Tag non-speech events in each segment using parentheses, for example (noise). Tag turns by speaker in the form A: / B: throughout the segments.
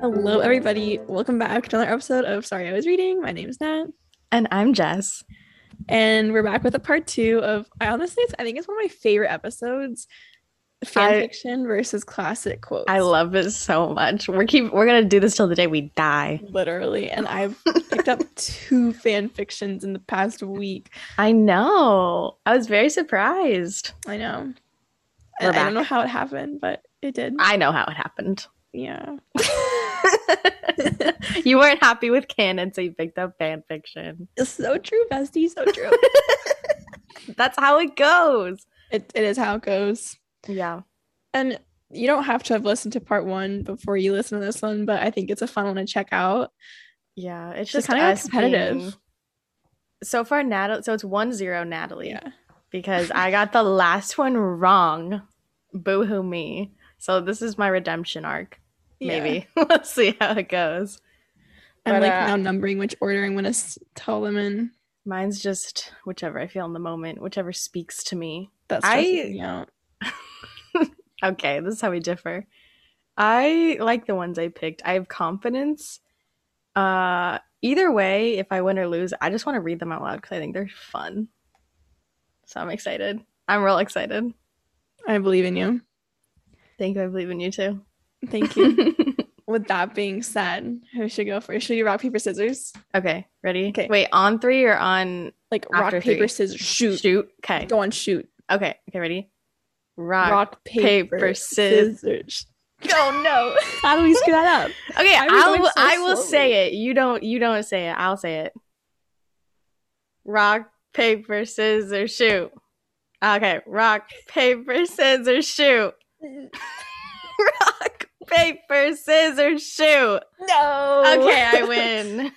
A: Hello, everybody. Welcome back to another episode of Sorry I Was Reading. My name is Nat,
B: And I'm Jess.
A: and we're back with a part two of I honestly, it's, I think it's one of my favorite episodes: fan
B: I-
A: fiction versus classic quotes.
B: I love it so much. We're keep we're gonna do this till the day we die.
A: literally, and I've picked
B: (laughs)
A: up two fan fictions in the past week.
B: I know. I was very surprised.
A: I know.
B: We're
A: And I don't
B: back.
A: know how it happened, but it did.
B: I know how it happened. (laughs)
A: yeah.
B: you weren't happy with canon, so you picked up fan fiction.
A: It's so true, bestie. So
B: (laughs)
A: true.
B: That's how it goes.
A: it, it is how it goes.
B: Yeah.
A: And you don't have to have listened to part one before you listen to this one, but I think it's a fun one to check out.
B: Yeah. It's
A: It's
B: just
A: kinda
B: us
A: competitive.
B: being- So far, Natalie. So it's one zero, Natalie.
A: Yeah.
B: because I got the last one wrong. Boo hoo me. So this is my redemption arc. Maybe. (laughs) Let's see how it goes.
A: I'm
B: But,
A: like
B: uh,
A: now numbering which order I'm gonna s- tell them in.
B: Mine's just whichever I feel in the moment, whichever speaks to me.
A: That's
B: I-
A: me out.
B: Okay, this is how we differ. I like the ones I picked. I have confidence. Uh either way, if I win or lose, I just want to read them out loud because I think they're fun. So I'm excited. I'm real excited.
A: I believe in you.
B: Thank you. I believe in you (laughs) too.
A: Thank you. With that being said, who should go first? Should you rock paper scissors?
B: okay, ready?
A: Okay.
B: Wait, on three or on
A: Like
B: After
A: rock paper
B: three.
A: scissors shoot.
B: Shoot. Okay.
A: Go on shoot.
B: Okay. Okay. Ready? Rock.
A: Rock paper,
B: paper,
A: scissors.
B: scis- Oh no.
A: How do we screw that
B: (laughs)
A: up?
B: Okay.
A: Why are we
B: I
A: going
B: will.
A: so
B: I will
A: slowly?
B: say it. You don't. You don't say it. I'll say it. Rock paper scissors shoot. Okay. Rock paper scissors shoot. (laughs) Rock paper scissors shoot.
A: No.
B: Okay, (laughs) I
A: (laughs)
B: win.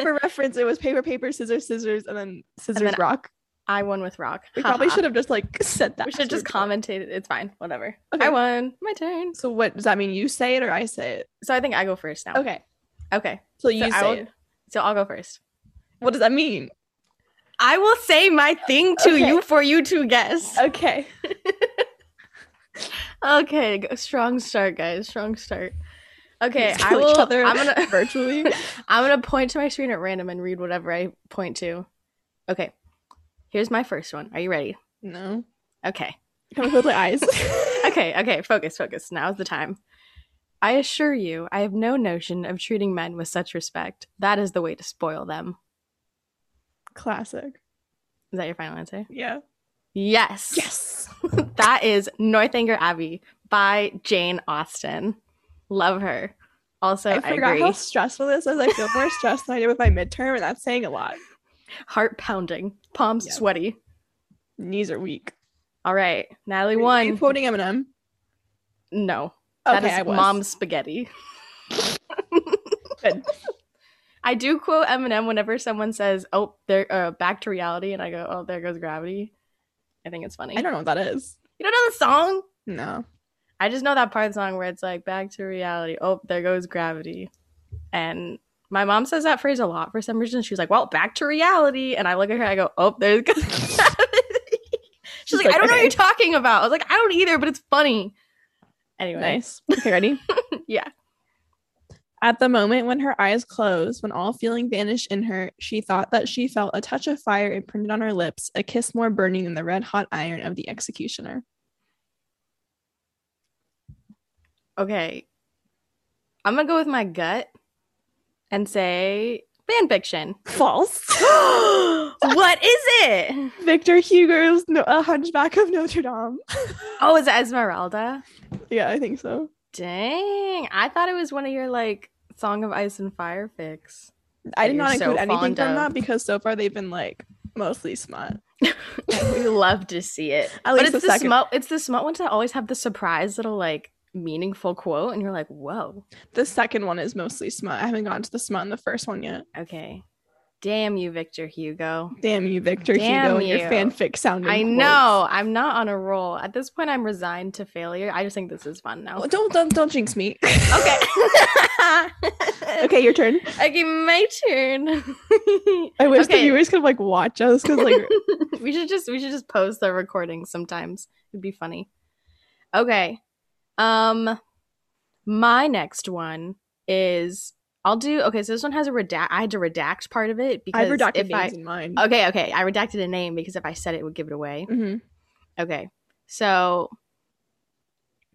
A: For reference, it was paper paper scissors scissors and then scissors
B: then-
A: rock.
B: I won with rock.
A: We probably
B: Ha ha.
A: should have just like said that.
B: We should just
A: afterwards.
B: commentate it. It's fine. Whatever.
A: Okay.
B: I won. My turn.
A: So what does that mean? You say it or I say it?
B: So I think I go first now.
A: Okay.
B: Okay.
A: So you
B: I
A: say
B: will-
A: it.
B: So I'll go first.
A: What does that mean?
B: I will say my thing to
A: Okay.
B: you for you to guess.
A: Okay.
B: Okay, go- strong start, guys. Strong start. Okay,
A: Just
B: I
A: kill
B: will.
A: each other
B: I'm gonna
A: (laughs) virtually.
B: (laughs) I'm gonna point to my screen at random and read whatever I point to. Okay, here's my first one. Are you ready?
A: No.
B: Okay.
A: Can we close my
B: (laughs)
A: eyes? (laughs)
B: Okay. Okay. Focus. Focus. Now's the time. I assure you, I have no notion of treating men with such respect. That is the way to spoil them.
A: Classic.
B: Is that your final answer?
A: Yeah.
B: Yes.
A: Yes.
B: That is Northanger Abbey by Jane Austen. Love her. Also, I,
A: I forgot
B: agree.
A: how stressful this is. I feel
B: (laughs)
A: more stressed than I did with my midterm, and that's saying a lot.
B: Heart pounding, palms
A: Yeah.
B: sweaty.
A: Knees are weak.
B: All right, Natalie
A: Are you- Are you
B: won.
A: quoting Eminem?
B: no, that
A: Okay,
B: is
A: I was.
B: mom's spaghetti.
A: (laughs) Good.
B: I do quote Eminem whenever someone says, "Oh, they're uh, back to reality," and I go, "Oh, there goes gravity." I think it's funny.
A: I don't know what that is.
B: you don't know the song?
A: No.
B: I just know that part of the song where it's like, "Back to reality." Oh, there goes gravity, and. My mom says that phrase a lot for some reason. She's like, "Well, back to reality," and I look at her. I go, "Oh, there goes (laughs) gravity." She's like, "I don't know what
A: okay,
B: you're talking about." I was like, "I don't either," but it's funny. Anyway, (laughs)
A: Nice. Okay, ready?
B: Yeah.
A: At the moment when her eyes closed, when all feeling vanished in her, she thought that she felt a touch of fire imprinted on her lips, a kiss more burning than the red hot iron of the executioner.
B: Okay. I'm gonna go with my gut and say
A: (gasps)
B: fan fiction.
A: False.
B: what is it?
A: Victor Hugo's no- A Hunchback of Notre Dame.
B: Oh, is it Esmeralda?
A: Yeah, I think so.
B: Dang. I thought it was one of your like Song of Ice and Fire fix.
A: I did
B: You're
A: not include
B: so
A: anything
B: fond
A: from
B: of.
A: that because so far they've been like mostly smut.
B: (laughs) we love to see it.
A: (laughs) At
B: but
A: least
B: it's
A: the
B: the,
A: second-
B: smut it's the smut ones that always have the surprise little like meaningful quote and you're like, whoa.
A: The second one is mostly smut. I haven't gotten to the smut in the first one yet.
B: Okay. Damn you, Victor Hugo.
A: Damn you, Victor
B: Damn
A: Hugo, and your
B: you.
A: fanfic sounding.
B: I
A: quotes.
B: know. I'm not on a roll. At this point, I'm resigned to failure. I just think this is fun now.
A: Oh, don't don't don't jinx me. (laughs)
B: Okay.
A: okay, your turn.
B: Okay, my turn.
A: I wish the
B: Okay.
A: viewers could like watch us because
B: (laughs)
A: like
B: we should just we should just post the recording sometimes. It'd be funny. Okay. Um my next one is I'll do okay, so this one has a redact I had to redact part of it
A: I
B: because
A: redacted
B: if
A: names
B: I
A: in mine.
B: Okay, okay. I redacted a name because if I said it, it would give it away.
A: Mhm.
B: Okay. So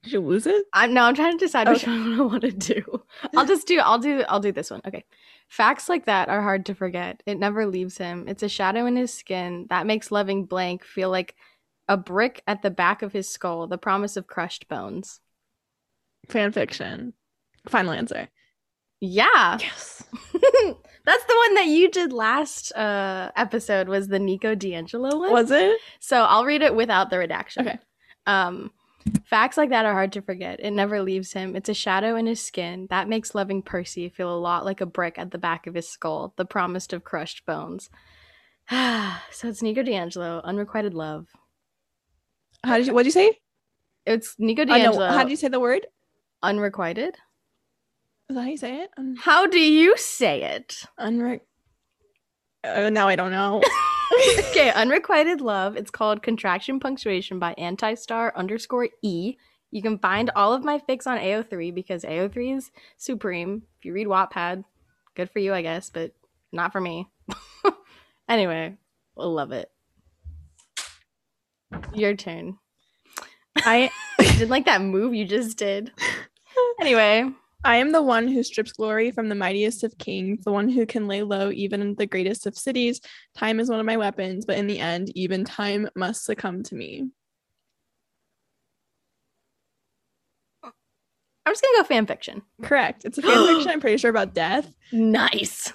A: Did you lose it?
B: I'm no, I'm trying to decide which
A: Okay.
B: one I want
A: (laughs)
B: to do. I'll just do I'll do I'll do this one. Okay. Facts like that are hard to forget. It never leaves him. It's a shadow in his skin that makes loving blank feel like a brick at the back of his skull, the promise of crushed bones.
A: Fan fiction. Final answer.
B: Yeah. (laughs)
A: Yes.
B: That's the one that you did last uh episode was the Nico D'Angelo one.
A: Was it?
B: So I'll read it without the redaction.
A: Okay.
B: Um, facts like that are hard to forget. It never leaves him. It's a shadow in his skin that makes loving Percy feel a lot like a brick at the back of his skull, the promised of crushed bones. (sighs) so it's Nico D'Angelo, unrequited love.
A: How did you? What did you say?
B: It's Nico
A: Oh, no.
B: D'Angelo,
A: How did you say the word?
B: unrequited.
A: Is that how you say it? Un-
B: How do you say it?
A: unre- oh, now I don't
B: (laughs)
A: know.
B: okay, unrequited love. It's called Contraction Punctuation by Antistar underscore E. You can find all of my fics on AO3 because AO3 is supreme. If you read Wattpad, good for you, I guess, but not for me. (laughs) anyway, I love it. Your turn.
A: I
B: I didn't like that move you just did. Anyway,
A: I am the one who strips glory from the mightiest of kings, the one who can lay low even in the greatest of cities. Time is one of my weapons, but in the end, even time must succumb to me.
B: I'm just gonna go fan fiction.
A: Correct. It's a
B: (gasps)
A: fan fiction, I'm pretty sure, about death.
B: Nice.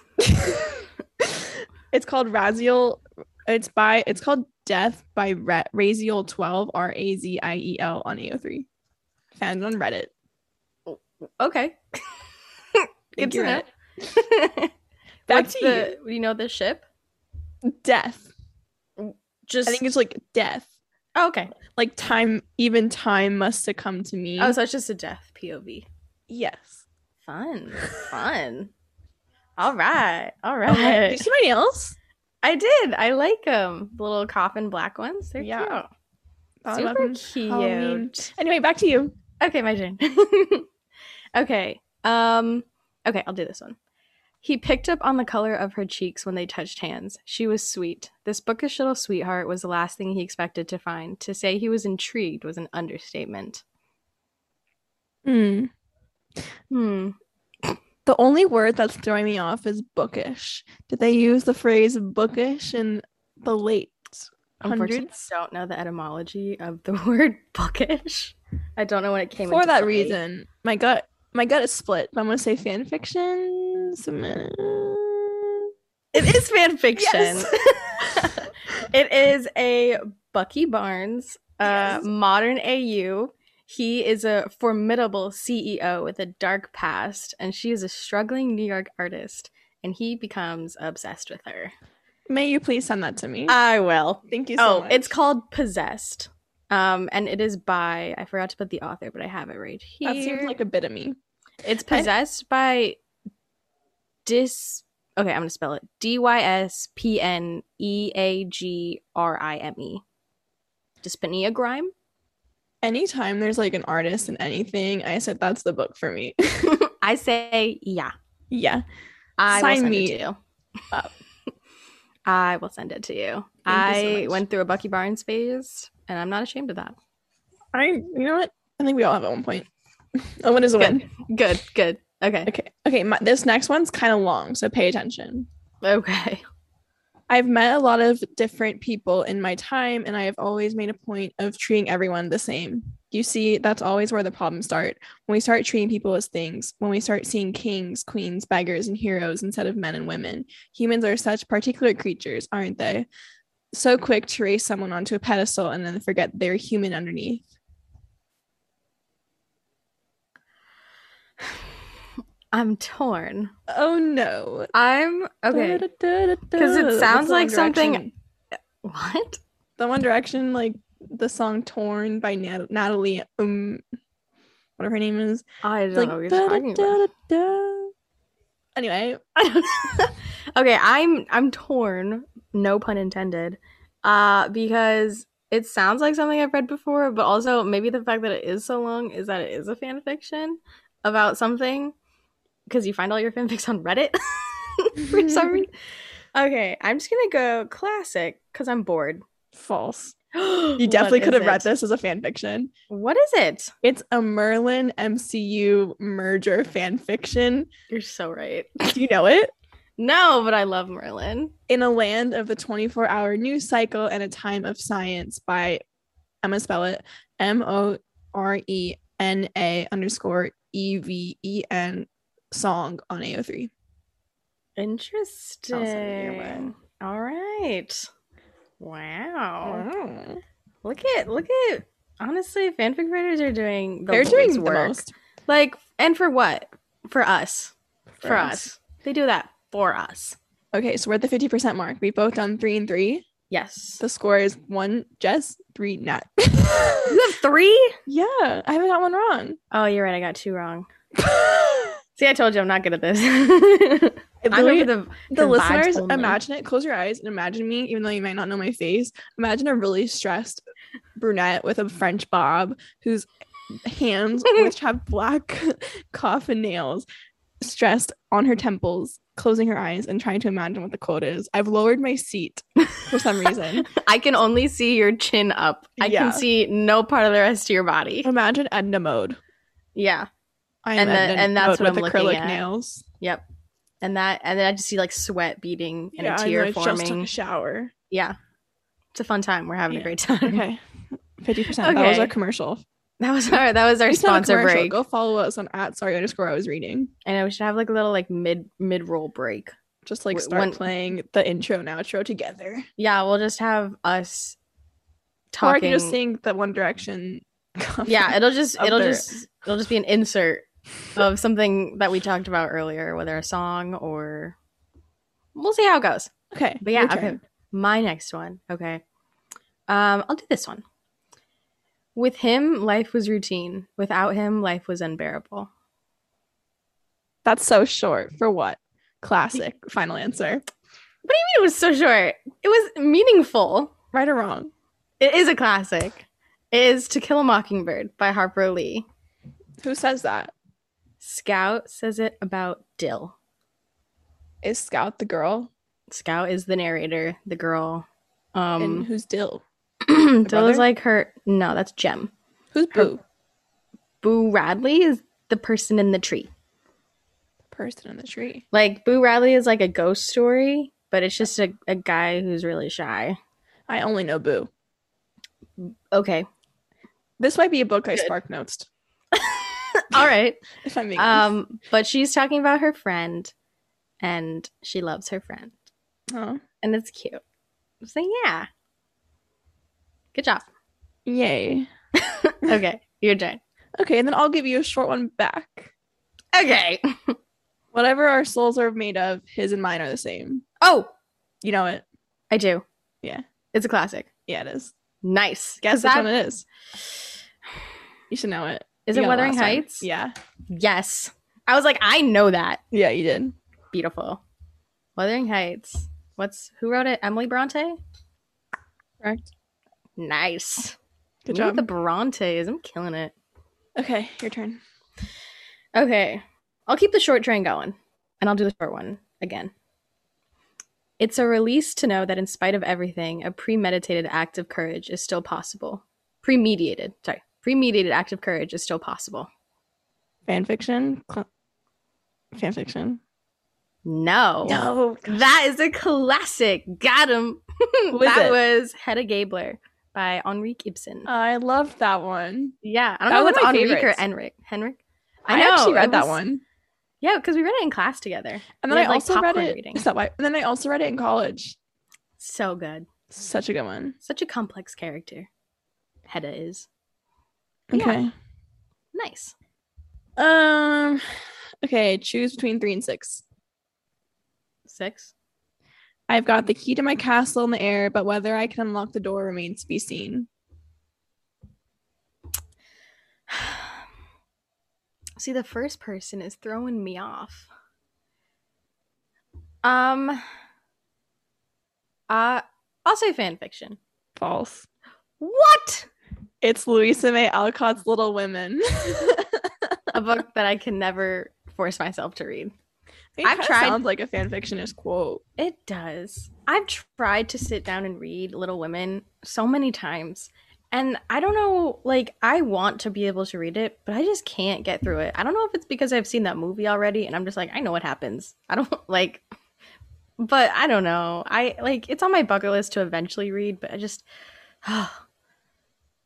A: it's called Raziel. It's by it's called Death by Ra- Raziel 12 R A Z I E L on AO3. Found on Reddit.
B: Okay. good
A: Thank
B: to
A: you,
B: (laughs) know.
A: Reddit. Back
B: What's
A: to
B: the, you. know the ship?
A: you. Death.
B: Just
A: I think it's like death.
B: oh, okay.
A: Like time, even time must succumb to me.
B: Oh, so it's just a death POV.
A: yes.
B: (laughs) Fun, fun. All right, all
A: Okay. Did you
B: right.
A: see my nails?
B: I did. I like them. The little coffin black ones. They're
A: Yeah.
B: cute.
A: Thought about
B: Super
A: them.
B: cute.
A: Halloween. Anyway, back to you.
B: Okay, my turn. (laughs) okay. Um okay, I'll do this one. He picked up on the color of her cheeks when they touched hands. She was sweet. This bookish little sweetheart was the last thing he expected to find. To say he was intrigued was an understatement. Hmm.
A: The only word that's throwing me off is bookish. Did they use the phrase bookish in the late
B: Unfortunately,
A: hundreds?
B: I don't know the etymology of the (laughs) word bookish. I don't know when it came
A: for
B: into
A: that
B: play.
A: reason my gut my gut is split but i'm gonna say fan fiction some- uh,
B: It is fan fiction.
A: Yes. (laughs)
B: it is a Bucky Barnes, uh,
A: Yes.
B: modern AU. He is a formidable CEO with a dark past, and she is a struggling New York artist, and he becomes obsessed with her.
A: may you please send that to me
B: I will.
A: thank you so
B: Oh,
A: much
B: it's called Possessed. Um, and it is by I forgot to put the author, but I have it right here.
A: that seems like a bit of me
B: It's
A: I-
B: possessed by dis. Okay, I'm gonna spell it. D y s p n e a g r i m e. Dyspnea grime.
A: anytime there's like an artist in anything i said that's the book for me (laughs)
B: I say yeah.
A: yeah
B: I
A: Sign
B: will send
A: me
B: it to you.
A: (laughs) up.
B: I will send it to you.
A: Thank you so
B: I
A: much.
B: went through a Bucky Barnes phase, and I'm not ashamed of that.
A: i you know what i think we all have at one point (laughs) a win is a win
B: Good, good. Okay,
A: okay okay my, this next one's kind of long so pay attention
B: okay.
A: I've met a lot of different people in my time, and I have always made a point of treating everyone the same. You see, that's always where the problems start. When we start treating people as things, when we start seeing kings, queens, beggars, and heroes instead of men and women. Humans are such particular creatures, aren't they? So quick to raise someone onto a pedestal and then forget they're human underneath.
B: I'm torn.
A: Oh no.
B: I'm okay.
A: Because
B: it sounds like something- What?
A: The One Direction, like the song "Torn" by Nat- Natalie, um, whatever her name is.
B: I don't
A: It's like
B: know what you're
A: da, da,
B: talking about.
A: da, da, da. Anyway,
B: (laughs) okay, I'm I'm torn, no pun intended. Uh because it sounds like something I've read before, but also maybe the fact that it is so long is that it is a fan fiction about something because you find all your fanfics on Reddit (laughs) for some reason. Okay, I'm just going to go classic cuz I'm bored. (gasps)
A: false. You definitely could have read
B: this.
A: this as a fan fiction.
B: What is it?
A: It's a Merlin MCU merger fan fiction.
B: You're so right.
A: Do you know it?
B: No, but I love Merlin.
A: In a Land of the 24 Hour News Cycle and a Time of Science by I'm gonna spell it M O R E N A underscore E V E N song on AO3.
B: Interesting. All right. Wow.
A: Oh.
B: Look at look at honestly, fanfic writers are doing the
A: They're doing
B: Lord's
A: the
B: work.
A: most
B: Like and for what? For us. For, us. They do that for us.
A: Okay, so we're at the 50% mark. We've both done three and three.
B: Yes.
A: The score is one Jess, three
B: (laughs)
A: Nat.
B: You have three?
A: yeah, I haven't got one
B: (laughs)
A: wrong.
B: Oh, you're right. I got two wrong.
A: I
B: See, I told you I'm not good at this. (laughs) I'm
A: literally-
B: here for the
A: the
B: The vibes
A: listeners
B: only.
A: imagine it close your eyes and imagine me even though you might not know my face imagine a really stressed brunette with a french bob whose
B: (laughs)
A: hands which have black (laughs) coffin nails stressed on her temples closing her eyes and trying to imagine what the quote is i've lowered my seat for some
B: (laughs)
A: reason
B: I can only see your chin up. I
A: Yeah. Um,
B: can see no part of the rest of your body.
A: imagine edna mode
B: Yeah.
A: i
B: And the- and that's
A: Mode
B: what I'm looking at.
A: nails
B: Yep. And that and then I just see like sweat beading and
A: yeah,
B: a
A: I know,
B: tear
A: I just took
B: forming.
A: a
B: (laughs)
A: shower
B: yeah. It's a fun time. We're having
A: Yeah.
B: a great time.
A: okay 50% that was
B: Okay.
A: our commercial
B: (laughs) That was our that was our
A: It's not a
B: sponsor
A: commercial.
B: break.
A: Go follow us on at sorry underscore I was reading.
B: I know we should have like a little like mid mid roll break.
A: Just like
B: W-
A: start
B: when-
A: playing the intro and outro together.
B: Yeah, we'll just have us
A: Or I
B: talking.
A: can just sing the One Direction. cover.
B: yeah, it'll just
A: Up
B: it'll
A: there.
B: just it'll just be an insert of something that we talked about earlier, whether a song or we'll see how it goes.
A: (laughs) Okay.
B: But yeah,
A: your
B: okay.
A: turn.
B: My next one. Okay. Um, I'll do this one. With him, life was routine. Without him, life was unbearable.
A: That's so short for what?
B: (laughs)
A: Classic. Final answer.
B: It was so short. It was meaningful.
A: Right or wrong?
B: It is a classic. It is To Kill a Mockingbird by Harper Lee.
A: Who says that?
B: Scout says it about Dill.
A: Is Scout the girl?
B: Scout is the narrator, the girl.
A: and
B: Um, hmm,
A: who's Dill?
B: Dill
A: brother?
B: is like her. No, that's Jem.
A: Who's
B: her-
A: Boo?
B: Boo Radley is the person in the tree.
A: Person in the tree.
B: Like Boo Radley is like a ghost story, but it's just a, a guy who's really shy.
A: I only know Boo.
B: Okay,
A: This might be a book I
B: Good.
A: spark notes.
B: all right.
A: If I'm being honest.
B: Um, but she's talking about her friend, and she loves her friend,
A: Oh.
B: and it's cute. So yeah, good job.
A: Oh, Yay.
B: Okay, (laughs) your turn.
A: Okay, and then I'll give you a short one back.
B: Okay.
A: Whatever our souls are made of, his and mine are the same.
B: Oh,
A: You know it.
B: I do.
A: Yeah.
B: It's a classic.
A: Yeah, it is.
B: Nice.
A: Guess
B: Is
A: which
B: that-
A: one it is. You should know it.
B: Is
A: You
B: it
A: got
B: Wuthering
A: last time.
B: Heights?
A: Yeah.
B: Yes. I was like, I know that.
A: Yeah, you did.
B: Beautiful. Wuthering Heights. What's who wrote it? Emily Bronte?
A: Correct.
B: Nice.
A: Good
B: Look at
A: job.
B: The Brontes. I'm killing it.
A: Okay, your turn.
B: Okay. I'll keep the short train going and I'll do the short one again. It's a release to know that in spite of everything, a premeditated act of courage is still possible. Premediated, sorry, premeditated act of courage is still possible.
A: Fan fiction? Cl- fan fiction. Oh.
B: No.
A: No.
B: That is a classic. Got him. (laughs)
A: What is
B: that
A: it?
B: was Hedda Gabler by Enrique Ibsen.
A: I love that one.
B: yeah, I don't
A: that
B: know
A: was
B: if it's
A: my
B: Enrique
A: favorites.
B: or Enric. Henrik.
A: I,
B: know,
A: actually read
B: it
A: that
B: was-
A: one.
B: Yeah, because we read it in class together.
A: And
B: we
A: then I
B: had, like,
A: also read
B: popcorn
A: it.
B: reading.
A: Is that why? And then I also read it in college.
B: So good.
A: Such a good one.
B: Such a complex character. Hedda is
A: Okay.
B: nice.
A: Um Okay, choose between three and six.
B: Six. (sighs)
A: I've got the key to my castle in the air, but whether I can unlock the door remains to be seen.
B: See, the first person is throwing me off. Um. Uh, I'll say fan fiction.
A: False.
B: What?
A: It's Louisa May Alcott's Little Women. (laughs)
B: A book that I can never force myself to read.
A: It
B: I've
A: kinda
B: tried-
A: Sounds like a fanfictionist quote.
B: It does. I've tried to sit down and read Little Women so many times. And I don't know, like, I want to be able to read it, but I just can't get through it. I don't know if it's because I've seen that movie already and I'm just like, I know what happens. (laughs) I don't like, but I don't know. I like, it's on my bucket list to eventually read, but I just, (sighs)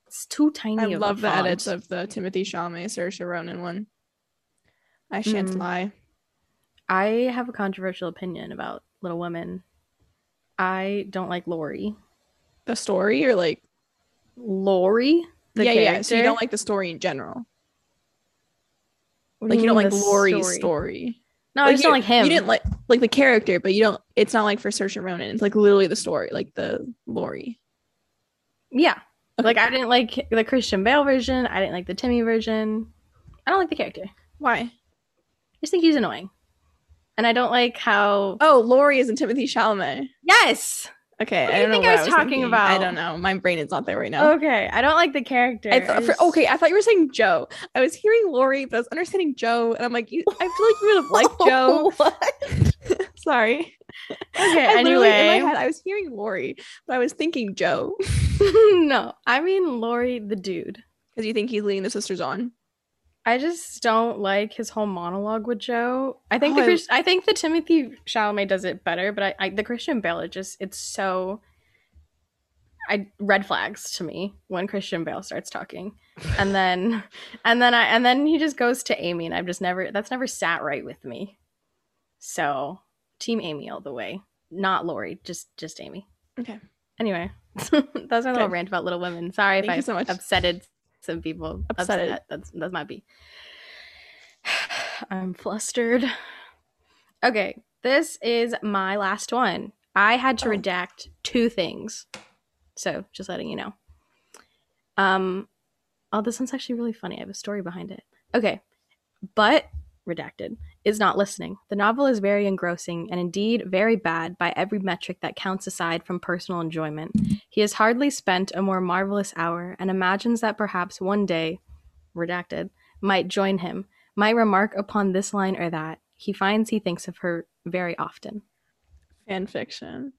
B: it's too tiny.
A: I
B: of a
A: love the
B: font.
A: edits of the Timothy Chalamet Saoirse Ronan one. I shan't
B: Mm.
A: lie.
B: I have a controversial opinion about Little Women. I don't like Lori.
A: The story or like
B: Lori, the
A: yeah,
B: character.
A: yeah. So you don't like the story in general.
B: What do
A: Like you don't
B: mean
A: like
B: Mm, the
A: Laurie's story.
B: No, I
A: Like,
B: just
A: you-
B: don't like him.
A: You didn't like like the character, but you don't. It's not like for Saoirse Ronan. It's like literally the story, like the Laurie.
B: yeah,
A: Okay.
B: like I didn't like the Christian Bale version. I didn't like the Timmy version. I don't like the character. I
A: Why?
B: just think he's annoying, and I don't like how.
A: Oh, Laurie is in Timothy Chalamet.
B: Yes.
A: Okay,
B: What do
A: I
B: you
A: don't know
B: think
A: what
B: I was talking
A: thinking.
B: about? Oh,
A: I don't know. My brain is not there right now.
B: Okay, I don't like the character.
A: I thought-
B: I
A: for-
B: just-
A: okay, I thought you were saying Joe. I was hearing Lori, but I was understanding Joe, and I'm like, you, I feel like you would have (laughs) liked Joe.
B: (laughs) What?
A: Sorry.
B: Okay.
A: I literally, in my
B: anyway,
A: head, I was hearing Lori, but I was thinking Joe
B: (laughs) no, I mean Lori, the dude.
A: because you think he's leading the sisters on.
B: I just don't like his whole monologue with Joe. I think
A: Oh,
B: the
A: I-
B: Chris- I think the Timothy Chalamet does it better, but I, I the Christian Bale it just it's so I red flags to me when Christian Bale starts talking. And then
A: (laughs)
B: and then I and then he just goes to Amy and I've just never that's never sat right with me. So, team Amy all the way. Not Lori, just just Amy.
A: Okay.
B: Anyway, (laughs) that was my little
A: Good.
B: rant about Little Women. Sorry
A: Thank
B: if I
A: you so much.
B: upsetted some people.
A: Upsetted.
B: Upset. That's that might be. (sighs) I'm flustered. Okay, this is my last one. I had to
A: Oh.
B: redact two things, so just letting you know. Um, oh, this one's actually really funny. I have a story behind it. Okay, but redacted is not listening. The novel is very engrossing and indeed very bad by every metric that counts aside from personal enjoyment. He has hardly spent a more marvelous hour and imagines that perhaps one day, redacted, might join him, might remark upon this line or that. He finds he thinks of her very often.
A: Fan fiction.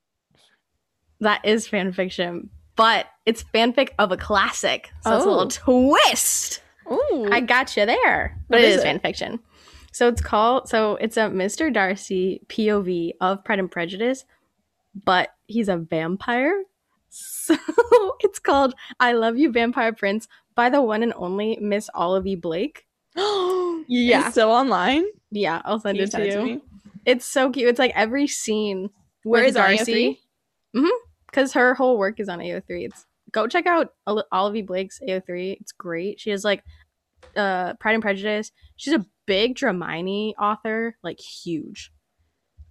B: That is fan fiction, but it's fanfic of a classic. So it's a little twist.
A: Oh, (gasps)
B: I got you there.
A: What
B: But it
A: is
B: is
A: it?
B: fan fiction. So it's called so it's a Mr. Darcy POV of Pride and Prejudice, but he's a vampire. (laughs) So it's called I Love You Vampire Prince by the one and only Miss Olivia Blake. (gasps) Yeah.
A: It's still online.
B: Yeah, I'll
A: Can
B: send
A: you
B: it to
A: send
B: you.
A: it to me?
B: It's so cute. It's like every scene
A: Where
B: with
A: is Arya
B: Darcy.
A: three?
B: because her whole work is on AO3. It's go check out Ol- Olivia Blake's AO3. It's great. She has like uh Pride and Prejudice. She's a big Dramini author, like huge.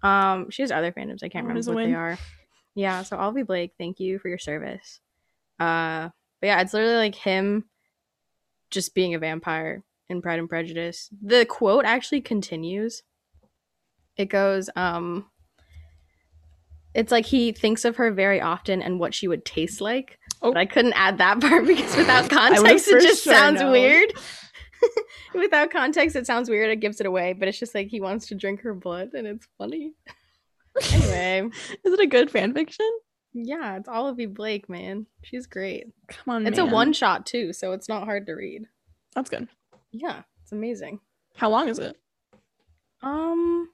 B: Um, she has other fandoms. I can't
A: Always
B: remember
A: a
B: what
A: win.
B: they are. Yeah, so Olivia Blake, thank you for your service. Uh, but yeah, it's literally like him just being a vampire in Pride and Prejudice. The quote actually continues. It goes, um, it's like he thinks of her very often and what she would taste like.
A: Oh.
B: But I couldn't add that (laughs) part
A: (laughs)
B: because without
A: would've
B: context,
A: for
B: it just
A: sure
B: sounds
A: known.
B: weird. (laughs) without context, it sounds weird. It gives it away, but it's just like he wants to drink her blood, and it's funny. (laughs) Anyway,
A: Is it a good fan fiction?
B: yeah, it's Olivia Blake, man. She's great.
A: Come on,
B: It's a
A: man.
B: one shot too, so it's not hard to read.
A: That's good.
B: Yeah, it's amazing.
A: How long is it?
B: Um,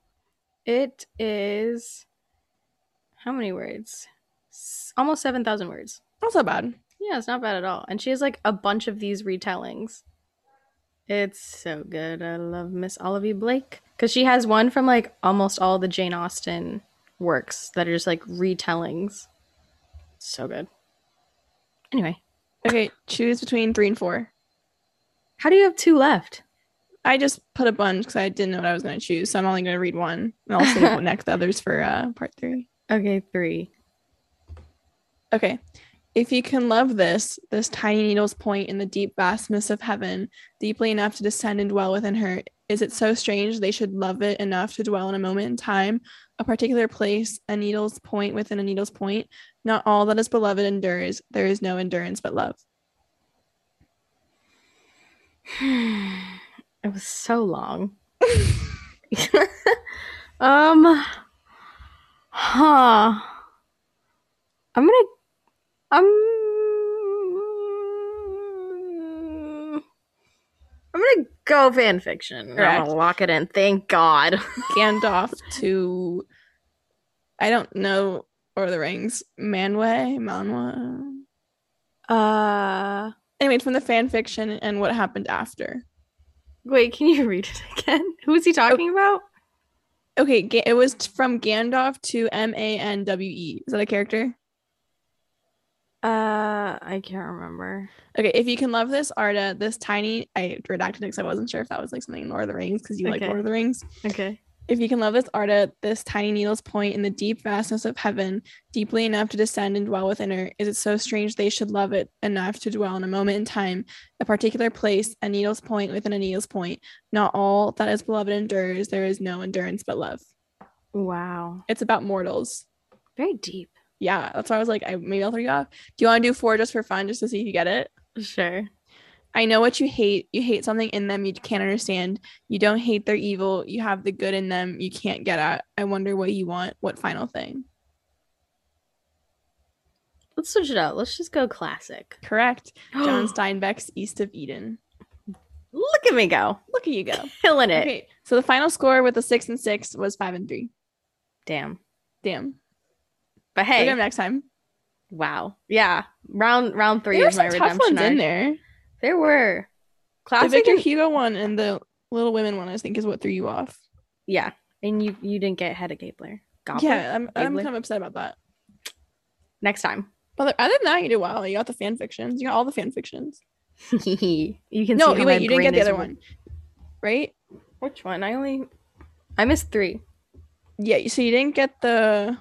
B: it is how many words? S- almost seven thousand words.
A: Not so bad.
B: Yeah, it's not bad at all. And she has like a bunch of these retellings. It's so good. I love Miss Olivia Blake because she has one from like almost all the Jane Austen works that are just like retellings. So good. Anyway,
A: Okay, choose between three and four.
B: how do you have two left?
A: I just put a bunch because I didn't know what I was going to choose. So I'm only going to read one and I'll save next the others for uh, part three.
B: Okay, three.
A: Okay. If you can love this, this tiny needle's point in the deep vastness of heaven, deeply enough to descend and dwell within her, is it so strange they should love it enough to dwell in a moment in time, a particular place, a needle's point within a needle's point? Not all that is beloved endures. There is no endurance but love.
B: (sighs) It was so long. (laughs) um, huh. I'm gonna. Um, I'm gonna go fan fiction. I'm
A: Correct.
B: gonna lock it in. Thank God.
A: Gandalf to, I don't know, Lord of the Rings, Manwe, Manwa.
B: (laughs) Uh,
A: Anyway, it's from the fan fiction and what happened after.
B: wait. Can you read it again? (laughs) Who is he talking about?
A: Okay, Ga- it was t- from Gandalf to M A N W E. Is that a character?
B: Uh, I can't remember.
A: Okay, if you can love this Arda, this tiny I redacted it because I wasn't sure if that was like something in Lord of the Rings because you like
B: Okay.
A: Lord of the Rings.
B: Okay.
A: If you can love this Arda, this tiny needle's point in the deep vastness of heaven, deeply enough to descend and dwell within her, is it so strange they should love it enough to dwell in a moment in time, a particular place, a needle's point within a needle's point? Not all that is beloved endures, there is no endurance but love.
B: Wow.
A: It's about mortals.
B: Very deep.
A: Yeah, that's why I was like, I, maybe I'll throw you off. Do you want to do four just for fun, just to see if you get it?
B: Sure.
A: I know what you hate. You hate something in them you can't understand. You don't hate their evil. You have the good in them you can't get at. I wonder what you want. What final thing?
B: Let's switch it up. Let's just go classic.
A: (gasps) Correct.
B: (gasps)
A: John Steinbeck's East of Eden.
B: Look at me go.
A: Look at you go.
B: Killing it.
A: Okay. So the final score with the six and six was five and three.
B: Damn.
A: Damn.
B: But
A: Hey.
B: hey,
A: next time.
B: wow. Yeah. Round round three
A: There were
B: is my
A: some tough
B: redemption
A: ones
B: arc.
A: in there.
B: There were.
A: The
B: Classic
A: Victor
B: and-
A: Hugo one and the Little Women one, I think, is what threw you off.
B: Yeah. And you you didn't get Hedda Gabler. Gobbler?
A: Yeah, I'm, I'm
B: Gabler?
A: kind of upset about that.
B: Next time. (laughs)
A: But other than that, you did well. You got the fan fictions. You got all the fan fictions.
B: you can
A: No,
B: see how
A: you-
B: my
A: wait, you didn't
B: brain
A: get the
B: is-
A: other one, right?
B: Which one? I only I missed three.
A: Yeah, so you didn't get the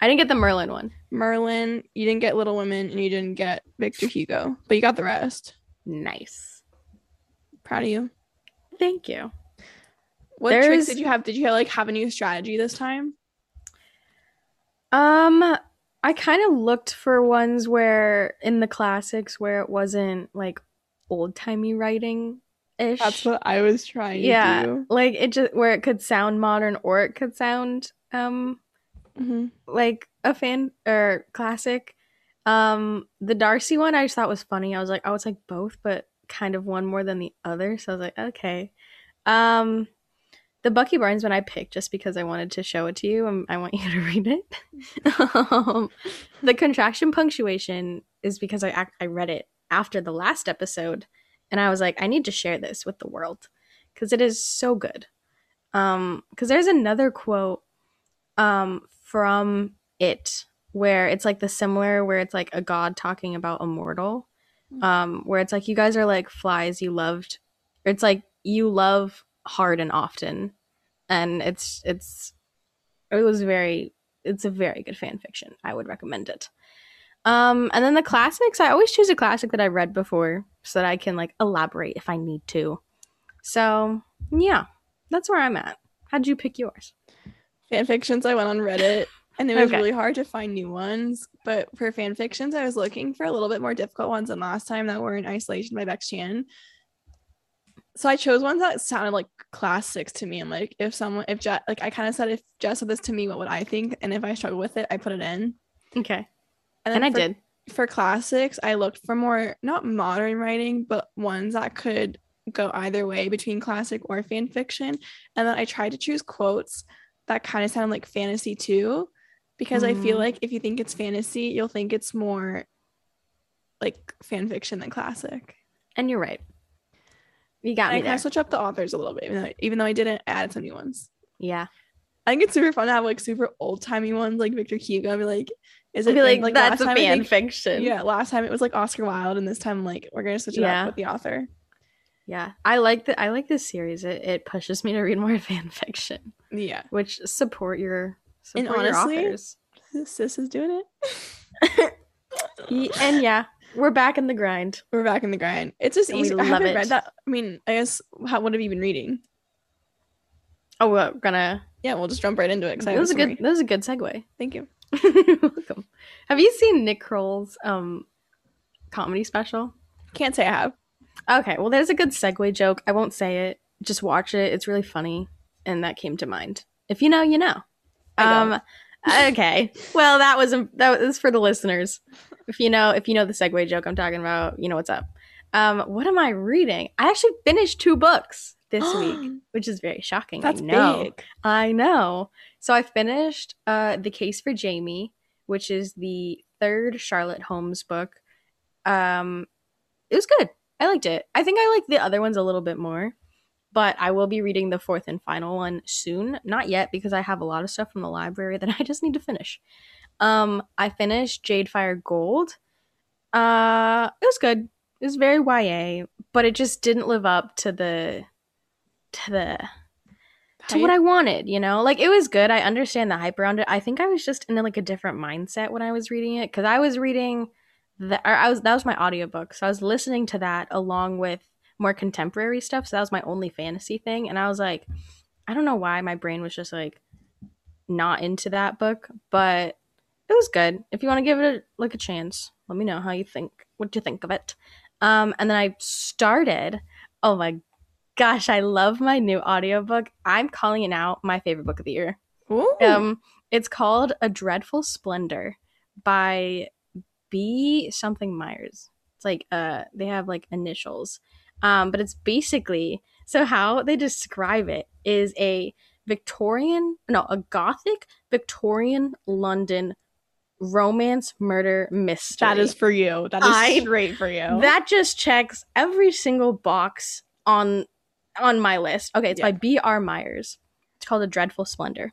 B: I didn't get the Merlin one.
A: Merlin, you didn't get Little Women, and you didn't get Victor Hugo, but you got the rest.
B: Nice.
A: Proud of you.
B: Thank you.
A: What
B: There's-
A: tricks did you have? Did you like have a new strategy this time?
B: Um, I kind of looked for ones where in the classics where it wasn't like old timey writing ish.
A: That's what I was trying
B: yeah,
A: to do.
B: like it just where it could sound modern or it could sound um
A: Mhm.
B: like a fan or classic. Um, the Darcy one I just thought was funny. I was like, oh, it's like both, but kind of one more than the other. So I was like, okay. Um, the Bucky Barnes one I picked just because I wanted to show it to you. and I want (laughs) you to read it. um, the contraction punctuation is because I ac- I read it after the last episode, and I was like, I need to share this with the world because it is so good. Um, because there's another quote um from it where it's like the similar where it's like a god talking about a mortal um where it's like you guys are like flies you loved or it's like you love hard and often and it's it's it was very it's a very good fan fiction i would recommend it um and then the classics i always choose a classic that i read before so that i can like elaborate if i need to so yeah that's where i'm at how'd you pick yours
A: Fan fictions, I went on Reddit, and it was
B: Okay.
A: really hard to find new ones. But for fan fictions, I was looking for a little bit more difficult ones than last time that were in isolation by Bex Chan. so I chose ones that sounded like classics to me. And like, if someone, if Jess, like I kind of said, if Jess said this to me, what would I think? And if I struggle with it, I put it in.
B: okay
A: And,
B: and i
A: for,
B: did
A: For classics, I looked for more, not modern writing, but ones that could go either way between classic or fan fiction. And then I tried to choose quotes that kind of sound like fantasy too, because I feel
B: Mm.
A: like if you think it's fantasy, you'll think it's more like fan fiction than classic.
B: And you're right. You got
A: And I
B: me
A: kind
B: there.
A: of switch up the authors a little bit, even though, even though I didn't add some new ones.
B: yeah.
A: I think it's super fun to have like super old timey ones, like Victor Hugo. I'd be like, is
B: I'd
A: it
B: be
A: in-
B: like,
A: last
B: that's a
A: time I
B: fan
A: think-
B: fiction.
A: Yeah, last time it was like Oscar Wilde, and this time like we're gonna switch it
B: Yeah.
A: up with the author.
B: Yeah, I like the I like this series. It it pushes me to read more (laughs) fan fiction,
A: Yeah.
B: which support your
A: And
B: support your
A: honestly-
B: authors.
A: (laughs) Sis is doing it.
B: Ye- and yeah, we're back in the grind.
A: We're back in the grind. It's just
B: And we
A: easy. I
B: love
A: haven't
B: it.
A: read that. I mean, I guess how, what have you been reading?
B: Oh, we're gonna.
A: Yeah, we'll just jump right into it. 'cause I
B: That
A: have
B: was
A: a
B: a
A: story.
B: good. That was a good segue. (laughs)
A: Thank you.
B: Welcome. Have you seen Nick Kroll's um comedy special?
A: Can't say I have.
B: Okay, well, there's a good segue joke. I won't say it. Just watch it. It's really funny, and that came to mind. If you know, you know.
A: I don't.
B: Um, okay. Well, that was that was for the listeners. If you know, if you know the segue joke I'm talking about, you know what's up. Um, what am I reading? I actually finished two books (gasps)
A: (gasps)
B: this week, which is very shocking.
A: That's
B: I know.
A: big.
B: I know. So I finished uh, The Case for Jamie, which is the third Charlotte Holmes book. Um, it was good. I liked it. I think I liked the other ones a little bit more, but I will be reading the fourth and final one soon. Not yet, because I have a lot of stuff from the library (laughs) that I just need to finish. Um, I finished Jade Fire Gold. Uh, it was good. It was very YA, but it just didn't live up to the to the to what
A: Hype.
B: I wanted, you know? Like it was good. I understand the hype around it. I think I was just in like a different mindset when I was reading it cuz I was reading the or I was that was my audiobook. So I was listening to that along with more contemporary stuff. So that was my only fantasy thing and I was like I don't know why my brain was just like not into that book, but it was good. If you want to give it a, like a chance, let me know how you think. What you think of it? Um, and then I started. Oh my gosh, I love my new audiobook. I'm calling it now my favorite book of the year.
A: Ooh.
B: Um, it's called A Dreadful Splendor by B something Myers. It's like uh they have like initials. Um, but it's basically so how they describe it is a Victorian no, a gothic Victorian London romance murder mystery.
A: that is for you. That is
B: I-
A: straight for you.
B: That just checks every single box on on my list. Okay, it's by B.R. Myers. It's called A Dreadful Splendor.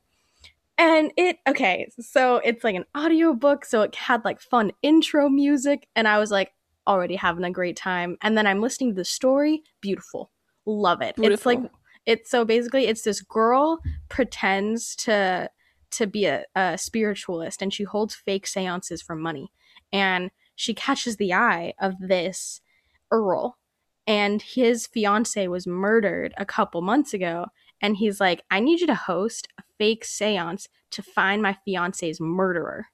B: And it okay, so it's like an audiobook, so it had like fun intro music and I was like already having a great time. And then I'm listening to the story, beautiful. Love it. It's like
A: Beautiful.
B: it's so basically it's this girl pretends to to be a, a spiritualist and she holds fake seances for money and she catches the eye of this earl and his fiance was murdered a couple months ago and he's like i need you to host a fake seance to find my fiance's murderer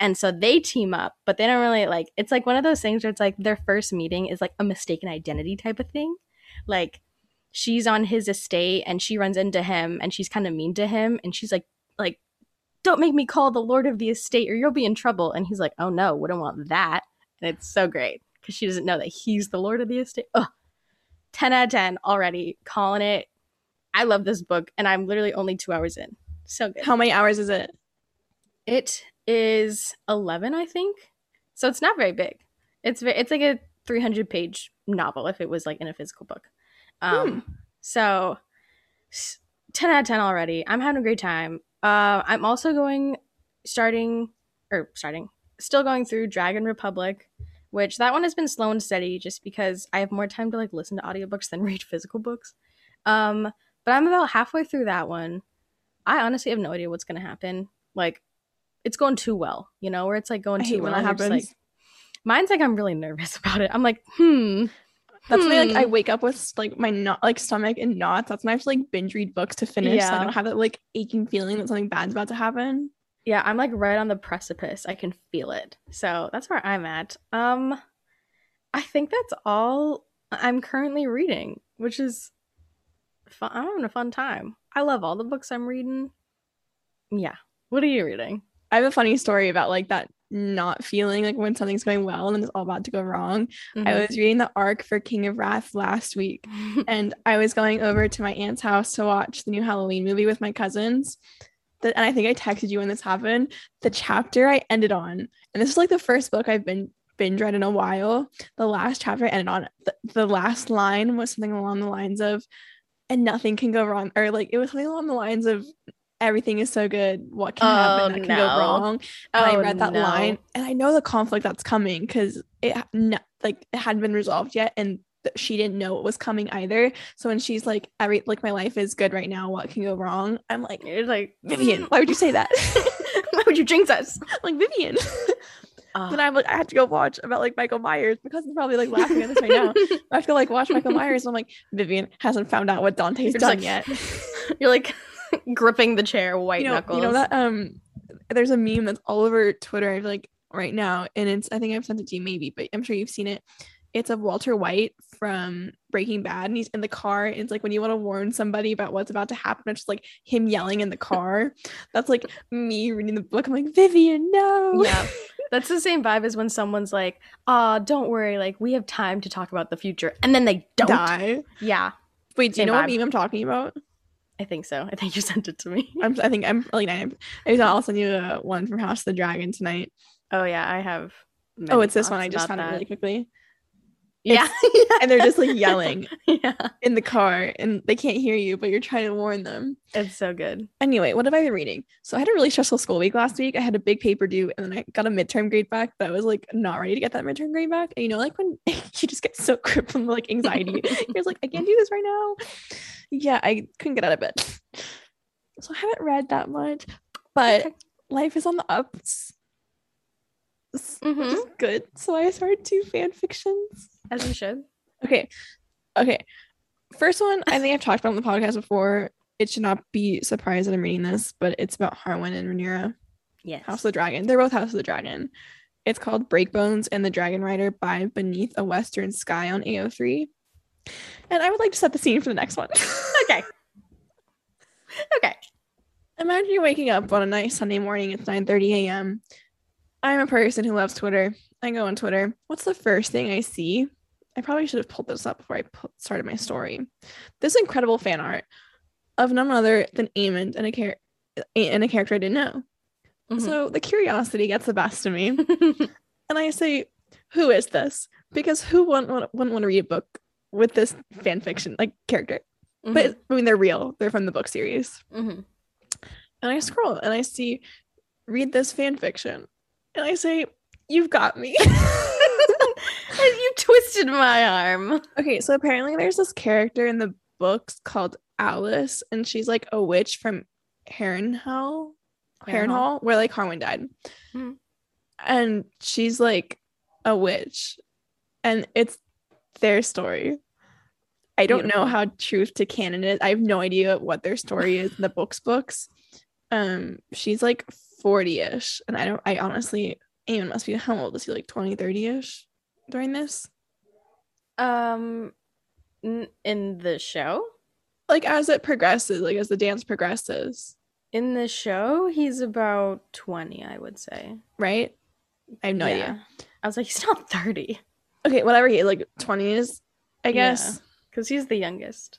B: and so they team up but they don't really like it's like one of those things where it's like their first meeting is like a mistaken identity type of thing like she's on his estate and she runs into him and she's kind of mean to him and she's like like don't make me call the lord of the estate or you'll be in trouble and he's like oh no wouldn't want that and it's so great because she doesn't know that he's the lord of the estate Ugh. 10 out of 10 already calling it i love this book and i'm literally only two hours in so good
A: How many hours is it?
B: it is 11, I think. So it's not very big. It's very, it's like a 300 page novel if it was like in a physical book. Um so s- 10 out of 10 already. I'm having a great time. Uh, I'm also going starting or starting still going through Dragon Republic, which that one has been slow and steady just because I have more time to like listen to audiobooks than (laughs) read physical books. Um but I'm about halfway through that one. I honestly have no idea what's going to happen. Like it's going too well, you know, where it's like going
A: I
B: too
A: hate
B: well.
A: when that
B: and you're just
A: happens.
B: like- mine's like I'm really nervous (laughs) about it. I'm like, hmm.
A: That's when I, like
B: Hmm.
A: I wake up with like my not like stomach and knots. That's when I have to like binge read books to finish. So I
B: Yeah.
A: don't have that like aching feeling that something bad's about to happen.
B: yeah i'm like right on the precipice i can feel it so that's where i'm at um i think that's all i'm currently reading which is fun i'm having a fun time i love all the books i'm reading yeah what are you reading
A: I have a funny story about like that not feeling like when something's going well and then it's all about to go wrong.
B: Mm-hmm.
A: I was reading the arc for King of Wrath last week.
B: (laughs) Mhm.
A: (laughs) and I was going over to my aunt's house to watch the new Halloween movie with my cousins. That, and I think I texted you when this happened. The chapter I ended on, and this is like the first book I've been binge read in a while. The last chapter I ended on, the, the last line was something along the lines of, "And nothing can go wrong," or like it was something along the lines of, "Everything is so good. What can
B: Oh,
A: happen that can
B: no.
A: go wrong?" And I
B: Oh,
A: read that
B: no.
A: line, and I know the conflict that's coming because it ha- no, like it hadn't been resolved yet, and that she didn't know what was coming either. So when she's like, every like my life is good right now, what can go wrong? I'm like,
B: You're like
A: Vivian, why would you say that?
B: (laughs)
A: (laughs)
B: Why would you jinx us?
A: like Vivian.
B: Uh,
A: then I'm like, I have to go watch about like Michael Myers. because it's probably like laughing at this right (laughs)
B: (laughs)
A: now. I have to like watch Michael Myers. And I'm like, Vivian hasn't found out what Dante's
B: You're just
A: done
B: like,
A: yet.
B: You're like (laughs) gripping the chair, white
A: you know,
B: knuckles.
A: You know that um there's a meme that's all over Twitter, I feel like right now, and it's I think I've sent it to you maybe, but I'm sure you've seen it. It's of Walter White from Breaking Bad, and he's in the car. And it's like when you want to warn somebody about what's about to happen, it's just like him yelling in the car. That's like me reading the book. I'm like, Vivian, no.
B: yeah. (laughs) That's the same vibe as when someone's like, "Ah, don't worry, like we have time to talk about the future," and then they
A: (laughs)
B: don't.
A: Die.
B: Yeah,
A: Wait, do you
B: Same
A: know what
B: vibe.
A: meme I'm talking about?
B: I think so. I think you (laughs) sent it to me.
A: I'm, I think I'm like nine. Maybe I'll send you a one from House of the Dragon tonight.
B: Oh yeah, I have.
A: oh,
B: many
A: it's this one.
B: thoughts
A: I just
B: about
A: found it really quickly.
B: that. Yeah,
A: And they're just like yelling.
B: yeah, (laughs)
A: in the car and they can't hear you, but you're trying to warn them.
B: it's so good.
A: Anyway, what have I been reading? So I had a really stressful school week last week. I had a big paper due and then I got a midterm grade back, but I was like not ready to get that midterm grade back. And you know, like when (laughs) you just get so crippled with like anxiety, you're just like, I can't do this right now. Yeah, I couldn't get out of bed. (laughs) So I haven't read that much, but
B: Okay.
A: life is on the ups. It's
B: Mhm.
A: (laughs) good. So I started two fan fictions.
B: As you should.
A: Okay. Okay. First one, I think I've talked about on the podcast before. It should not be surprised that I'm reading this, but it's about Harwin and Rhaenyra,
B: Yes.
A: House of the Dragon. They're both House of the Dragon. It's called Breakbones and the Dragon Rider by Beneath a Western Sky on AO3. And I would like to set the scene for the next one. (laughs)
B: (laughs) okay. Okay.
A: Imagine you're waking up on a nice Sunday morning. It's 9:30 a.m. I'm a person who loves Twitter. I go on Twitter. What's the first thing I see? I probably should have pulled this up before I pu- started my story. This incredible fan art of none other than Amond and a char- and a character I didn't know. So the curiosity gets the best of me, (laughs)
B: Mhm.
A: and I say, "Who is this?" Because who wouldn't want, wouldn't want to read a book with this fan fiction like character? But I mean, they're real. They're from the book series
B: (laughs) Mhm.
A: and I scroll and I see read this fan fiction and I say you've got me.
B: you twisted my arm.
A: okay, so apparently there's this character in the books called Alice and she's like a witch from Harrenhal, Harrenhal where like Harwin died.
B: Hmm.
A: And she's like a witch and it's their story. I don't know
B: Beautiful.
A: how truth to canon is. I have no idea what their story is in
B: (laughs)
A: the books books. Um she's like 40ish and I don't I honestly Eamon must be how old is he like 20 30ish during this?
B: Um, n- in the show,
A: Like as it progresses, like as the dance progresses,
B: in the show, he's about twenty, I would say.
A: right? I have no idea.
B: I was like, (laughs) he's not thirty
A: Okay, whatever he like 20s, I
B: Yeah.
A: guess.
B: because he's the youngest.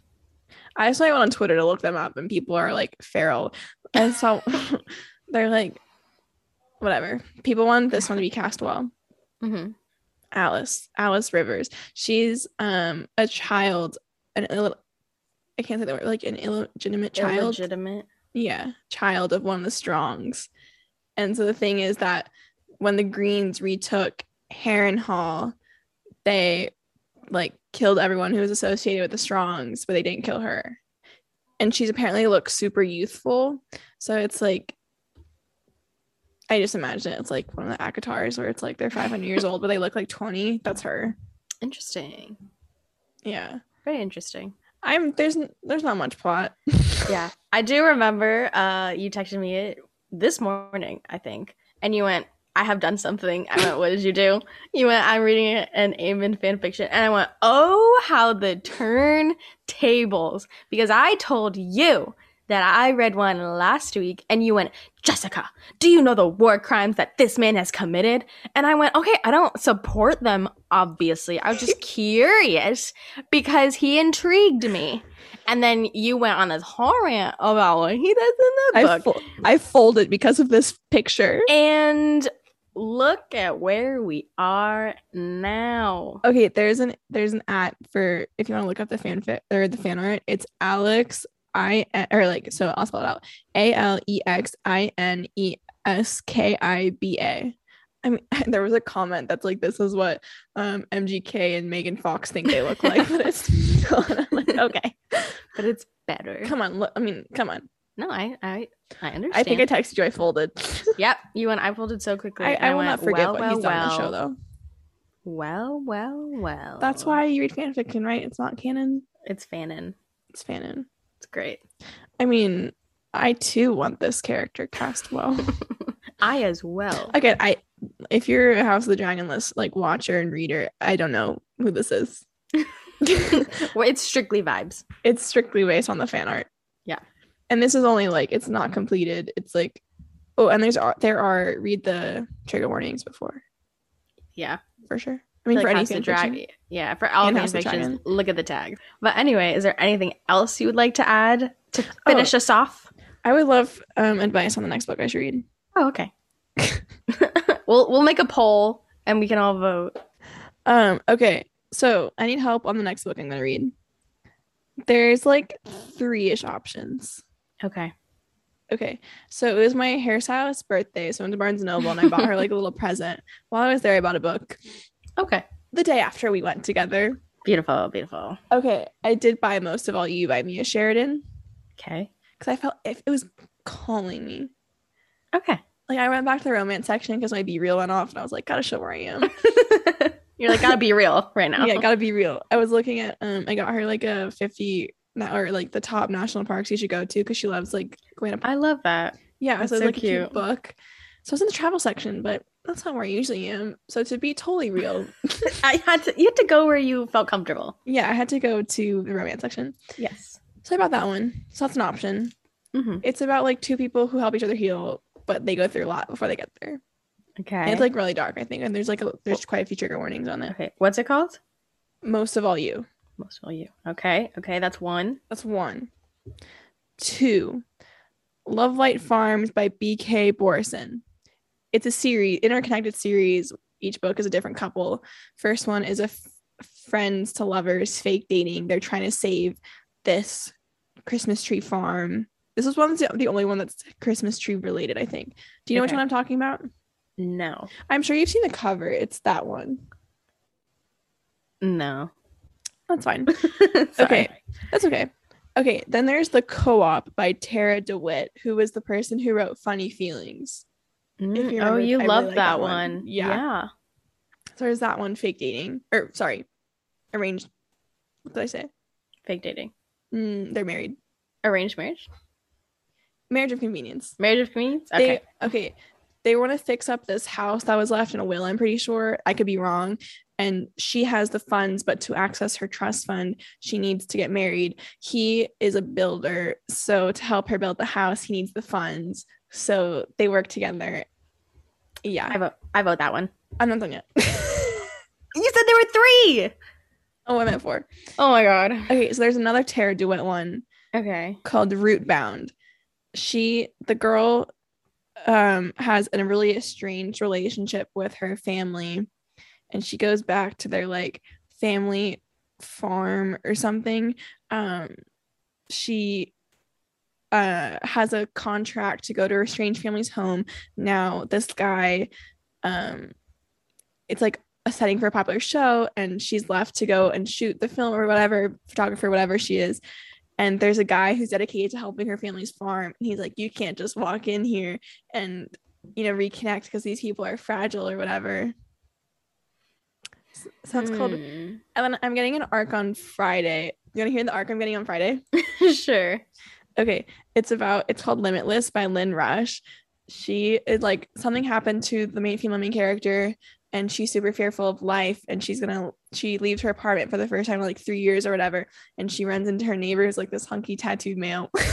A: I saw I went on Twitter to look them up, and people are like feral. And so (laughs) they're like, whatever. People want this one to be cast well.
B: Mm-hmm.
A: Alice, Alice Rivers. She's um a child, an Ill- I can't say the word like an illegitimate child.
B: Illegitimate.
A: yeah, child of one of the Strongs. And so the thing is that when the Greens retook Heron Hall, they like killed everyone who was associated with the Strongs, but they didn't kill her. And she's apparently looks super youthful. So it's like I just imagine it's like one of the Akatars where it's like they're 500 years old, but they look like 20. That's her.
B: Interesting.
A: Yeah.
B: Very interesting.
A: I'm there's n- there's not much plot.
B: Yeah, I do remember. Uh, you texted me it this morning, I think, and you went, "I have done something." I went, "What did you do?" You went, "I'm reading an Amon fan fiction," and I went, "Oh, how the turn tables!" Because I told you that I read one last week, and you went, "Jessica, do you know the war crimes that this man has committed?" And I went, "Okay, I don't support them, obviously. I
A: (laughs)
B: was just curious because he intrigued me." And then you went on this whole rant about what he does in the
A: (laughs) I,
B: book.
A: fo- I folded because of this picture.
B: and look at where we are now.
A: Okay, there's an there's an at for if you want to look up the fanfic or the fan art. It's Alex I or like so I'll spell it out A L E X I N E S K I B A. I mean, (laughs) there was a comment that's like, "This is what um, MGK and Megan Fox think they look like." but it's I'm like, (laughs) okay,
B: but it's better.
A: come on. Look, I mean, come on.
B: No, I I I understand.
A: I think I texted you. I folded.
B: Yep, you and I folded so quickly.
A: I,
B: and
A: I will
B: went,
A: not forget
B: well,
A: what
B: well,
A: he's done on
B: well,
A: the show, though.
B: Well, well, well.
A: That's why you read fan fiction, right? It's not canon.
B: it's fanon.
A: It's fanon.
B: It's great.
A: I mean, I too want this character cast well. (laughs)
B: I as well.
A: Again, I (laughs) if you're a House of the Dragon list like watcher and reader, I don't know who this
B: (laughs)
A: is.
B: well, it's strictly vibes.
A: it's strictly based on the fan art.
B: Yeah.
A: And this is only like it's not completed. It's like oh, and there's there are read the trigger warnings before
B: Yeah.
A: for sure. I mean, for
B: House
A: anything.
B: of Dragon. Yeah, for all
A: And
B: fan
A: House of
B: fictions,
A: Dragon.
B: look at the tag. But anyway, is there anything else you would like to add to
A: Oh.
B: finish us off?
A: I would love um, advice on the next book I should read.
B: Oh, okay. (laughs) we'll we'll make a poll and we can all vote.
A: Um, okay. So I need help on the next book I'm gonna read. There's like three-ish options.
B: Okay.
A: Okay. So it was my hairstylist's birthday, so I went to Barnes and Noble and I bought her like a
B: (laughs)
A: little present. While I was there, I bought a book.
B: Okay.
A: The day after we went together.
B: Beautiful, beautiful.
A: Okay, I did buy most of all you by Mia Sheridan
B: Okay.
A: because I felt if it was calling me.
B: Okay.
A: Like I went back to the romance section because my be real went off and I was like, gotta show where I
B: (laughs)
A: am.
B: (laughs) You're like, gotta be real right now.
A: yeah, gotta be real. I was looking at um I got her like a 50 na- or like the top national parks you should go to because she loves like going up.
B: I love that.
A: Yeah,
B: that's
A: so, it was,
B: so
A: like a
B: cute.
A: cute book. So I was in the travel section, but that's not where I usually am. So to be totally real,
B: I had to you had to go where you felt comfortable.
A: yeah, I had to go to the romance section.
B: Yes.
A: So I bought that one. So that's an option.
B: Mm-hmm.
A: It's about like two people who help each other heal, but they go through a lot before they get there.
B: Okay.
A: And it's like really dark, I think, and there's like a, there's quite a few trigger warnings on it.
B: okay. What's it called?
A: Most of all, you.
B: Most of you. Okay. Okay. That's one.
A: That's one. Two. Love Light Farms by B.K. Borison. It's a series, interconnected series. Each book is a different couple. First one is a f- friends to lovers fake dating. They're trying to save this Christmas tree farm. This is one that's the only one that's Christmas tree related, I think. Do you know which
B: Okay.
A: one I'm talking about?
B: No.
A: I'm sure you've seen the cover. It's that one.
B: No. (laughs)
A: That's fine.
B: Sorry.
A: Okay. That's okay. Okay, then there's The Co op by Tara DeWitt, who was the person who wrote Funny Feelings.
B: Mm,
A: If you
B: oh,
A: remember,
B: you
A: I really
B: love
A: like
B: that
A: that
B: one.
A: one. Yeah. So there's that one, Fake Dating, or sorry, Arranged. What did I say?
B: Fake dating.
A: Mm, they're married.
B: Arranged marriage.
A: Marriage of Convenience.
B: Marriage of convenience. Okay.
A: They, okay, they want to fix up this house that was left in a will, I'm pretty sure. I could be wrong. And she has the funds, but to access her trust fund, she needs to get married. He is a builder. So to help her build the house, he needs the funds. So they work together. Yeah.
B: I vote. I vote that one.
A: I'm not done yet. (laughs)
B: You said there were three.
A: oh, I meant four.
B: Oh my god.
A: Okay, so there's another Tara DeWitt one
B: Okay.
A: called Rootbound. She, the girl, um, has a really estranged relationship with her family, and she goes back to their like family farm or something. Um, she uh has a contract to go to her estranged family's home. Now this guy, um, it's like a setting for a popular show, and she's left to go and shoot the film or whatever photographer, whatever she is and there's a guy who's dedicated to helping her family's farm and he's like you can't just walk in here and you know reconnect because these people are fragile or whatever S- so that's called and
B: Hmm. (laughs)
A: then i'm getting an arc on friday you want to hear the arc i'm getting on friday
B: sure.
A: okay it's about it's called limitless by lynn rush she is like something happened to the main female main character and she's super fearful of life and she's gonna she leaves her apartment for the first time in like three years or whatever and she runs into her neighbors like this hunky tattooed male (laughs)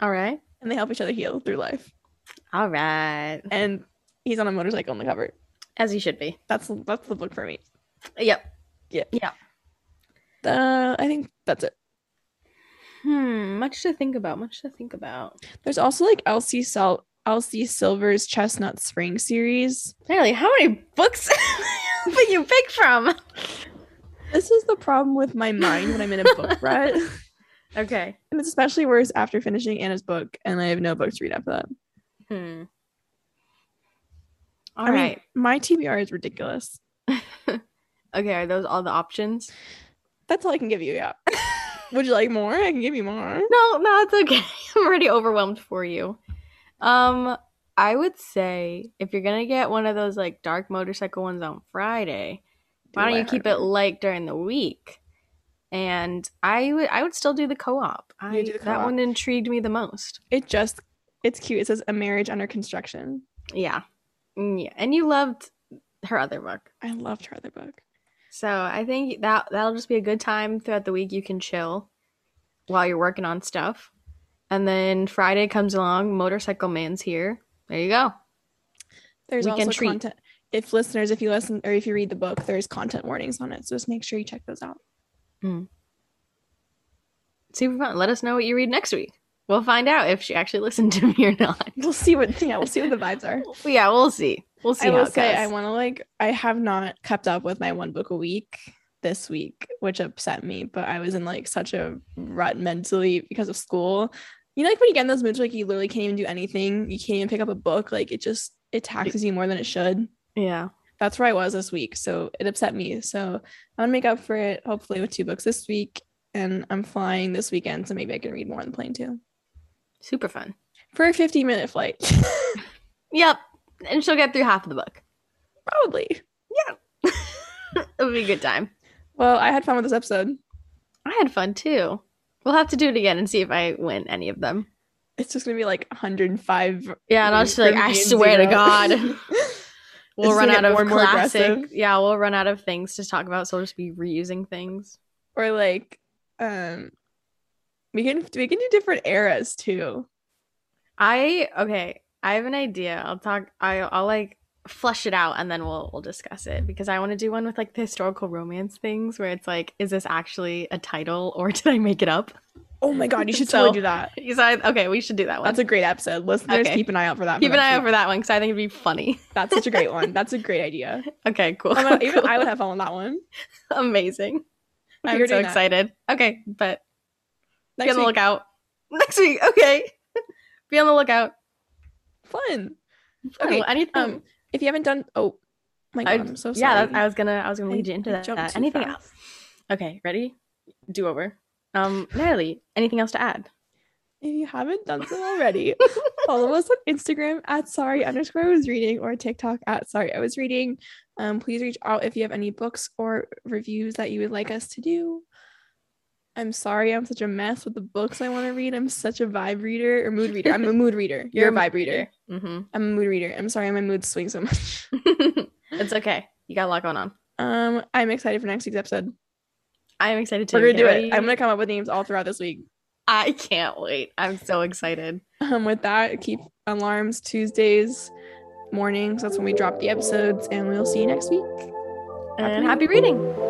B: All right.
A: and they help each other heal through life
B: All right.
A: and he's on a motorcycle on the cover
B: As you should be.
A: that's that's the book for me
B: Yep.
A: uh, i think that's it
B: Hmm. Much to think about. Much to think about.
A: there's also like elsie Sel- elsie silver's chestnut spring series
B: Really, how many books (laughs) would you pick from?
A: this is the problem with my mind when i'm in a
B: (laughs)
A: book rut
B: Okay.
A: And it's especially worse after finishing Anna's book, and I have no book to read after that.
B: Hmm. All
A: I
B: right.
A: mean, my TBR is ridiculous.
B: Okay, are those all the options?
A: That's all I can give you. Yeah. Would you like more? I can give you more.
B: (laughs) No, no, it's okay. (laughs) I'm already overwhelmed for you. Um, I would say if you're gonna get one of those like dark motorcycle ones on Friday, why don't you keep it light during the week? And I would, I would still do the co-op. I,
A: do the
B: That
A: co-op.
B: one intrigued me the most.
A: It just, it's cute. It says a marriage under construction.
B: Yeah, Mm, yeah. And you loved her other book,
A: I loved her other book.
B: so I think that that'll just be a good time throughout the week. You can chill while you're working on stuff, and then Friday comes along. Motorcycle Man's here. There you go.
A: There's
B: We can
A: also
B: treat.
A: content. If listeners, if you listen or if you read the book, there's content warnings on it. So just make sure you check those out.
B: super fun. Let us know what you read next week. We'll find out if she actually (laughs) listened to me or not.
A: We'll see what yeah, we'll see what the vibes are.
B: yeah, we'll see. We'll see
A: I
B: how
A: will
B: it
A: say I
B: goes.
A: want to like I have not kept up with my one book a week this week, which upset me. But I was in like such a rut mentally because of school. You know, like when you get in those moods, like you literally can't even do anything. You can't even pick up a book. Like it just it taxes you more than it should.
B: yeah,
A: That's where I was this week, so it upset me. So I'm gonna make up for it hopefully with two books this week, and I'm flying this weekend, so maybe I can read more on the plane too
B: super fun.
A: for a 50 minute flight, (laughs)
B: Yep, and she'll get through half of the book.
A: probably.
B: It'll be a good time.
A: Well, I had fun with this episode.
B: I had fun too. We'll have to do it again and see if I win any of them.
A: It's just gonna be like 105
B: Yeah, and I'll just be like, I swear to (laughs) God, we'll
A: It's
B: run
A: gonna
B: out
A: get
B: of
A: more and more
B: classic.
A: aggressive.
B: Yeah, we'll run out of things to talk about, so we'll just be reusing things.
A: or like, um, we can we can do different eras too.
B: I okay. I have an idea. I'll talk. I, I'll like flesh it out, and then we'll we'll discuss it because I want to do one with like the historical romance things where it's like, is this actually a title (laughs) or did I make it up?
A: Oh my God, you (laughs) should
B: So-
A: totally do that.
B: Because I okay, we should do that one.
A: That's a great episode. Listeners,
B: Okay.
A: keep an eye out for that.
B: Keep an eye out for that one because I think it'd be funny. (laughs)
A: That's such a great (laughs) one. That's a great idea.
B: Okay, cool.
A: Oh my God, even
B: Cool.
A: I
B: (laughs)
A: would have fun with that one.
B: Amazing.
A: Okay,
B: I'm
A: we're
B: so
A: doing that.
B: excited. Okay, but be
A: Next
B: on the
A: week,
B: lookout (laughs) next week. Okay, (laughs) be on the lookout.
A: fun.
B: Okay,
A: Okay,
B: anything.
A: Um, if you haven't done, oh my
B: I-
A: God, I, am so sorry.
B: yeah, that, I was gonna, I was gonna
A: I-
B: lead you into
A: I
B: that.
A: jumped
B: that.
A: too
B: Anything
A: fast.
B: else? Okay, ready? Do over. Um, Natalie, anything else to add?
A: If you haven't done so (laughs) already, follow us on Instagram at sorry underscore I was reading or TikTok at sorry I was reading. Um, please reach out if you have any books or reviews that you would like us to do. I'm sorry, I'm such a mess with the books I want to read. I'm such a vibe reader or mood reader. I'm a mood (laughs) reader. You're a vibe reader.
B: Mm-hmm. (laughs)
A: I'm a mood reader. I'm sorry, my mood swings so much. (laughs)
B: it's okay. You got a lot going on.
A: Um, I'm excited for next week's episode.
B: I'm excited too.
A: We're gonna
B: Get
A: do
B: ready.
A: it. I'm gonna come up with names all throughout this week.
B: I can't wait. I'm so excited.
A: um, with that, keep alarms Tuesdays mornings. That's when we drop the episodes, and we'll see you next week.
B: And happy reading.